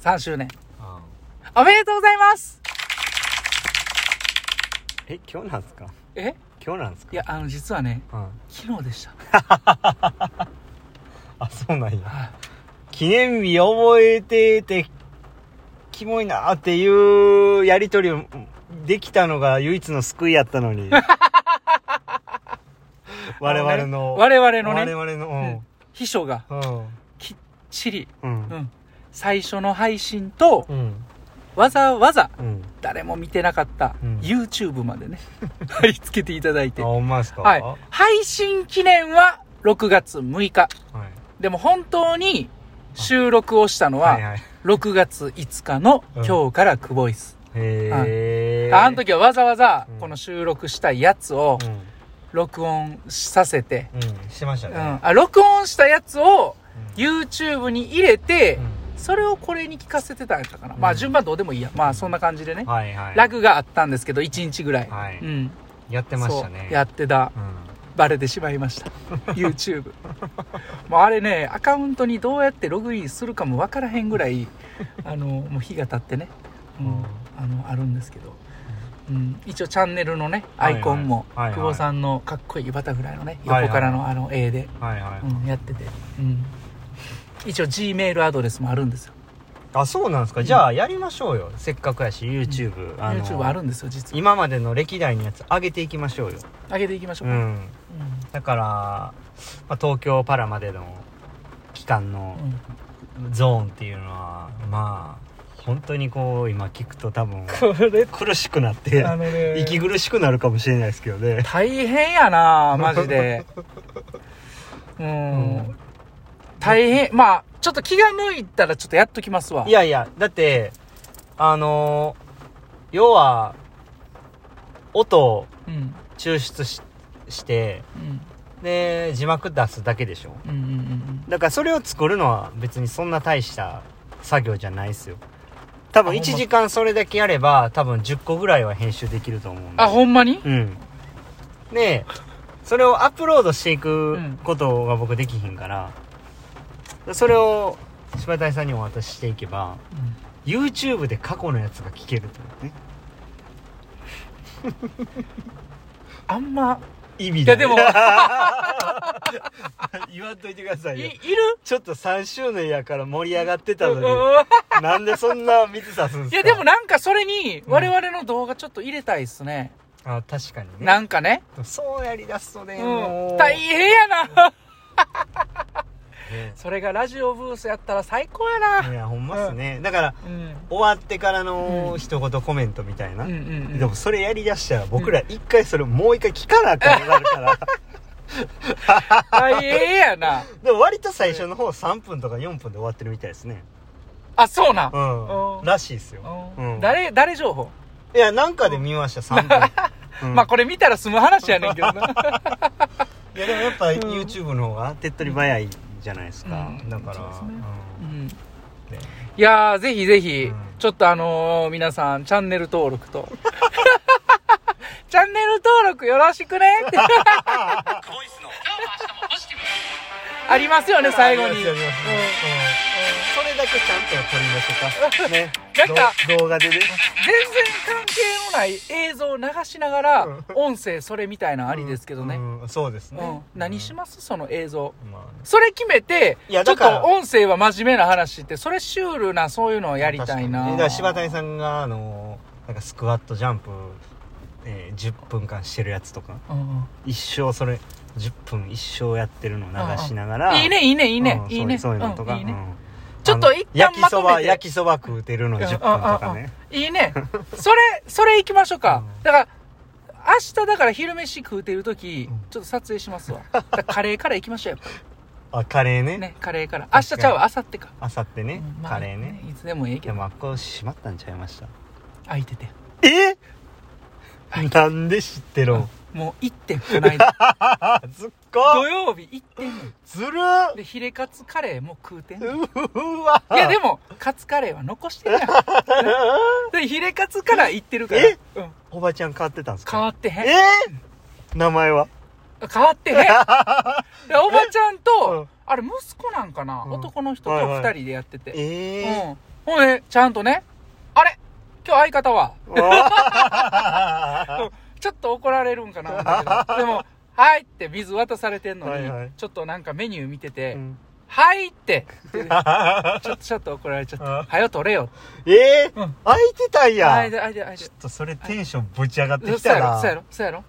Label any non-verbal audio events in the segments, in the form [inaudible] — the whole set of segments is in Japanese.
3周年。あおめでとうございますえ今日なんすかえ今日なんすかいや、あの、実はね、うん昨日でした。あそうなんやはい記念日覚えててキモいなっていうやりとりをできたのが唯一の救いやったの [laughs] に我々のあね我々の我ね、々の秘書がうんうんきっちり、うんうん。最初の配信と、うんわざわざうん誰も見てなかったうん YouTube まで [laughs] ね、貼り付けていただいてあ。ほんまですかはい。配信記念は6月6日。はいでも本当に収録をしたのは、はいはい6月5日のうん今日からクボイス。へえあの時はわざわざうんこの収録したやつをうん録音させて、うんしてましたうん、ねあ、録音したやつをうん YouTube に入れてう、んそれをこれに聞かせてたんやったかな。うんまあ順番どうでもいいや。まあそんな感じでね。はいはいラグがあったんですけど、1日ぐらい。はいうん。やってましたねそうやってた。うんバレてしまい [laughs] ました。YouTube。もうあれね、アカウントにどうやってログインするかもわからへんぐらい、あの、もう日が経ってね、うんうんあの、あるんですけど。うん、一応チャンネルのね、アイコンも、はいはいはいはい久保さんのかっこいいバタフライのね、はいはい横からのあの絵で、はいはいうん、やってて。うん。一応 G メールアドレスもあるんですよ。あそうなんですかじゃあやりましょうよ、せっかくやし YouTube、あの YouTube あるんですよ、実は。今までの歴代のやつ上げていきましょうよ上げていきましょううか。うん。んだから、まあ、東京パラまでの期間のうんゾーンっていうのはまあ本当にこう今聞くと多分これ、苦しくなってあのね、息苦しくなるかもしれないですけどね大変やなマジでうん、うん大変まあちょっと気が向いたらちょっとやっときますわいやいやだってあの要は音をうん抽出ししてうんで字幕出すだけでしょうんうんうんだからそれを作るのは別にそんな大した作業じゃないですよ多分あほんま1時間それだけやれば多分10個ぐらいは編集できると思うんであほんまにうんでそれをアップロードしていうくんことが僕できひんからそれを柴谷さんにお渡ししていけば YouTube で過去のやつが聞けるというねあんま意味いやで [laughs] も言わんといてくださいいいよるちょっと3周年やから盛り上がってたうんのうにんうん [laughs] なんでそんな水差すんすいかやでもなんかそれにうん我々の動画ちょっと入れたいっすね、あ確かにねなんかね、そうやりだすとね、うもん、う大変やなね、[laughs] それがラジオブースやったら最高やないやほんまっすね、だからうん、終わってからのうん一言コメントみたいな、うんうんうんでもそれやりだしたら僕ら一回それもう一回聞かなあかんようになるから [laughs] 大変やなでも割と最初の方3分とか4分で終わってるみたいですねあそうなんうん、うんらしいですよ、うんうん誰、誰情報、いやなんかで見ました3分、う [laughs] んまあこれ見たら済む話やねんけ [laughs] どな。いやでもやっぱ YouTube の方が手っ取り早いじゃないですか、うんだからそうですねううんんねいやー、ぜひぜひ、うんちょっとあのー皆さん、チャンネル登録と。 [laughs] チャンネル登録よろし [laughs] くねって。ありますよね、最後あに。りますありますそれだけちゃんと取 [laughs] りましょうか。ね。なんかどう動画でね。全然関係のない映像を流しながらうん、音声それみたいなのありですけどね。うんうんそうですね。何しますその映像。すまそれ決めて、いちょやっとだから音声は真面目な話って、それシュールな、そういうのをやりたいな。だから柴谷さんが、あの、なんかスクワットジャンプ、えー10分間してるやつとか、うん一生それ、10分一生やってるのを流しながうんら。いいね、いいね、いいねう、んいいね。そういうそういうのとか。うんいいねうんちょっと一あの旦焼きそまとめば、て焼きそば食うてるの10分とかね。いいね。それ、それ行きましょうか。うんだから、明日だから昼飯食うてるときうん、ちょっと撮影しま [laughs] すわ。だからカレーから行きましょう、やっぱあ、カレーね。りね。カレーから。明日確かちにゃうわ、明後日か。あさってねうん。まあカレーね。いつでもええいけや、ど、まあ、こう閉まったんちゃいました。空いてて。えはいなんで知ってるのもう1点、こ [laughs] の間。ずっ土こ曜日1点。ずるーで、ヒレカツカレーも食うてんねん。いうわや、でも、カツカレーは残してる [laughs] やん。で、ヒレカツから行ってるから。えうんおばちゃん変わってたんです変わかってへん。えー名前は変わってへん。でおばちゃんうとん、あれ息子なんかな、うん男の人とはいはい二人でやって [laughs] て。ええうん。ほんで、ちゃんとね、あれ今日相方は、はちょっと怒られるんかな思ったけど、でも、はいって水渡されてんのに、はいはいちょっとなんかメニュー見てて、うんはい [laughs] って、ちょっとちょっと怒られちゃった。はよ取れよ。えーうん開いてたんあやいで、あいで、あいでちょっ。とそれテンションぶち上がってきそうたやろ、なそうやろ、そうやろ。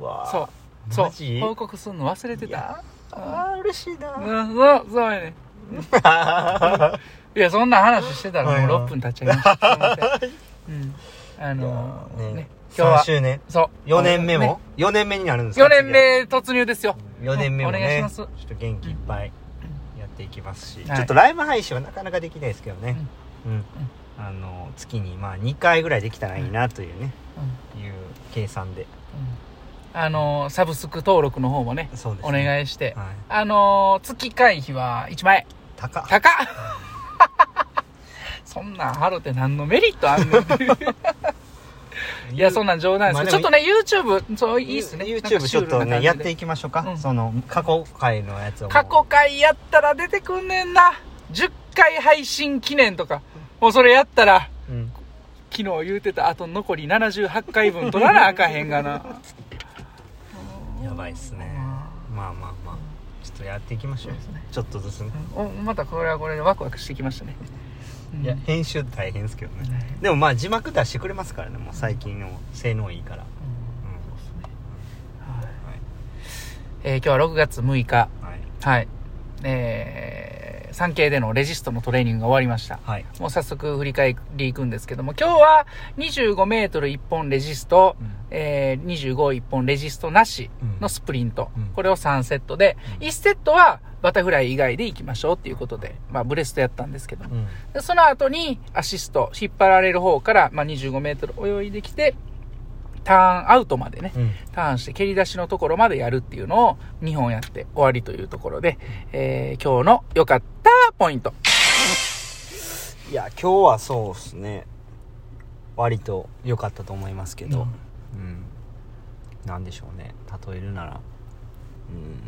うわそうう。そマジう。報告すんの忘れていたや。あー嬉しいうん、 [laughs] なそう、そうやね。いや、そんな話してたはいらもはいう6分経っちゃいました。すい [laughs] ませんうん。あのー、ねね、今日3は、周年そう。 4年目も4年目になるんですか4年目突入ですよ。 4年目もねお願いしますちょっと元気いっぱいやっていきますし、んちょっとライブ配信はなかなかできないですけどね、うんあの月にまあ2回ぐらいできたらいいなというね、いう計算であのー、サブスク登録の方もね、そうですおね願いして。はい、あのー、月会費は1万円。高っ高っ [laughs] そんなんハロって何のメリットあんのいや、そんなん冗談ですけまあど、ちょっとね、YouTube、そう、いいっすね。なんか YouTube シちュょーっルとな感じねでやっていきましょうか、うんその過去回のやつをもう過去回やったら出てくんねんな。10回配信記念とか。もうそれやったら、うん昨日言うてた、あと残り78回分取らなあかへんがな。やばいっすねまあまあまあちょっとやっていきましょうそうですねちょっとずつね、おまたこれはこれでワクワクしてきましたね。うんいや編集大変ですけどねでもまあ字幕出してくれますからねもう最近の性能いいから、うんえー今日は6月6日、はいはい。えー、産経でのレジストのトレーニングが終わりました。はい、もう早速振り返りいくんですけども、今日は25メートル1本レジスト、えー、25一本レジストなしのスプリント。うんこれを3セットで、1セットはバタフライ以外でいきましょうっていうことで、まあブレストやったんですけども。うんでその後にアシスト、引っ張られる方から、まあ25メートル泳いできて、ターンアウトまでね、うんターンして蹴り出しのところまでやるっていうのを2本やって終わりというところで、えー、今日の良かったポイント。いや今日はそうですね割と良かったと思いますけどうん、なんでしょうね例えるならうん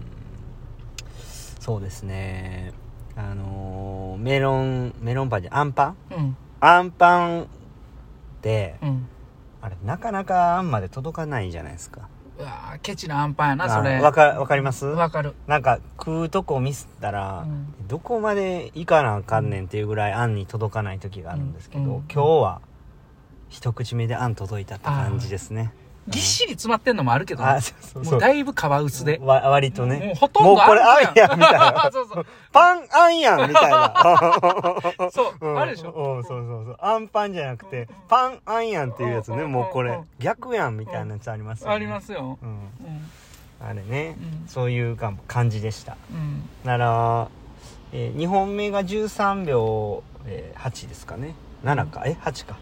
そうですねあのーメロンメロンパンじゃアンパンうん、アンパンってうん。あれなかなかあんまで届かないじゃないですかうわーケチなアンパンやな、それ。あわかわかりますわかる。なんか食うとこミスったら、うどこまで行かなあかんねんっていうぐらいあんに届かない時があるんですけど、うんうん今日は一口目であん届いたって感じですねぎっしり詰まってんのもあるけどね、あそうそうもうだいぶ皮薄で。わ割とねもうほとんどもうこれあんやんみたい [laughs] なそうそう。パンあんやんみたいなそうう、ん [laughs] あるでしょうんそうそうそうあんパンじゃなくてパンあんやんっていうやつうんねうんもうこうれん逆やんみたいなやつありますよねありますよう。んうん。あれねうんそういうか感じでしたうん。なら、え2本目が13秒、えー8ですかね7かえ8か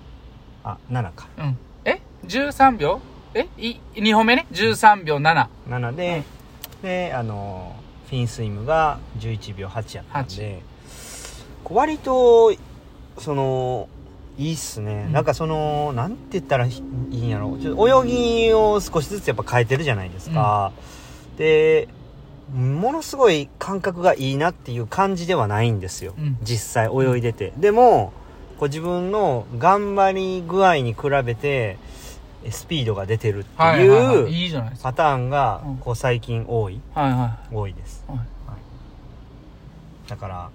あ7かうん。え ?13 秒えい ?2 本目ね ?13 秒7。 7で、であのーフィンスイムが11秒8やったんでこう割とそのいいっすね、うんなんかそのなんて言ったらいいんやろちょっと泳ぎを少しずつやっぱ変えてるじゃないですか、でものすごい感覚がいいなっていう感じではないんですよ、うん実際泳いでてでもこう自分の頑張り具合に比べてえスピードが出てるってはいはいはい。いういいじゃないですか。パターンがうんこう最近多いはいは多いです、はいはいだから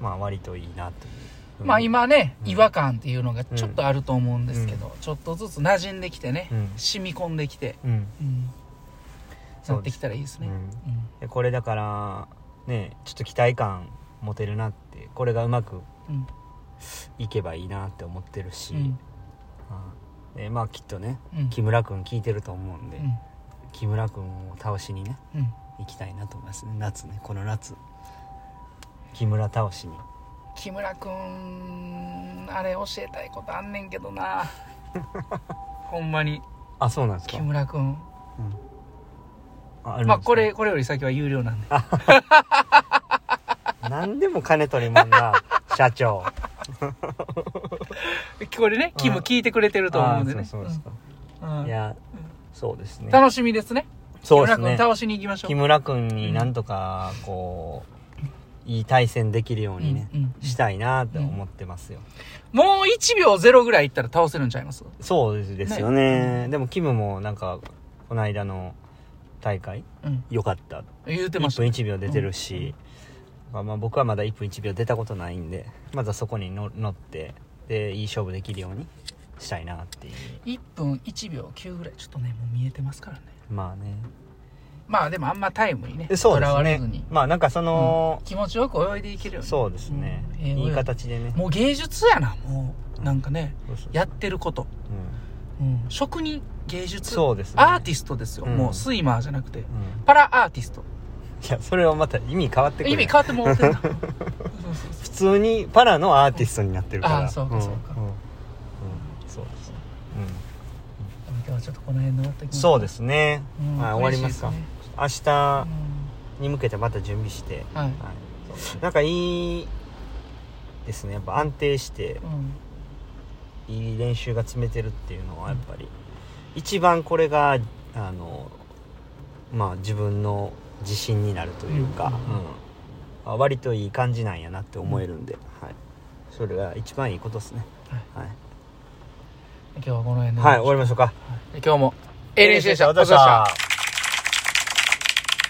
まあ割といいなというい。まあ今ね、うん違和感っていうのがちょっとあると思うんですけど、ちょっとずつ馴染んできてね、うん染み込んできて、うんうん。そなうっでてすきたらいいですうね。んうんでこれだからねちょっと期待感持てるなってこれがうまくうんいけばいいなって思ってるし、うんはいでまあきっとねうん木村君聞いてると思うんで、うん木村君を倒しにねうん行きたいなと思いますね夏ねこの夏木村倒しに木村くんあれ教えたいことあんねんけどな [laughs] ほんまにあそうなんですか木村くんああるんですかまあこれこれより先は有料なんで何でも金取りもんな社長これねキムうん聞いてくれてると思うんであねそうそうですか、うんうんいやそうですね楽しみですねそうです木村くんね倒しに行きましょ木う村君になんとかこいい対戦できるようにね、うんうんしたいなって思ってますよ、もう1秒0ぐらいいったら倒せるんちゃいますそうですよね、でもキムもなんかこの間の大会うん良かった言うてまし1た分1秒出てるし、まあまあ僕はまだ1分1秒出たことないんでまずはそこにの乗ってでいい勝負できるようにしたいなっていう1分1秒9ぐらいちょっとねもう見えてますからねまあねまあでもあんまタイムにねえとそうでらすわれねずにまあなんかその、気持ちよく泳いでいけるよねそうですね、うんええいい形でねもう芸術やなもうなんかねそうそうやってること、ううん、職人芸術そうですねアーティストですよ、うんもうスイマーじゃなくてんうんパラアーティストいやそれはまた意味変わってくる意味変わってもらってん [laughs] だそうそう普通にパラのアーティストになってるからあーそうかんそうかんうんそうです、そう今日はちょっとこの辺で終わってきうん、ますそうですね、うんはい、終わりますか嬉しいで明す日ねに向けてまた準備して、うんはいはいなんかいいですねやっぱ安定してうんいい練習が積めてるっていうのはやっぱり一番これがあのまあ自分の自信になるというか、うんうんあ割といい感じなんやなって思えるんで、はい、それが一番いいことですねははいい、今日はこの辺ではい、終わりましょうか今日も A 練習でしたありがとうございました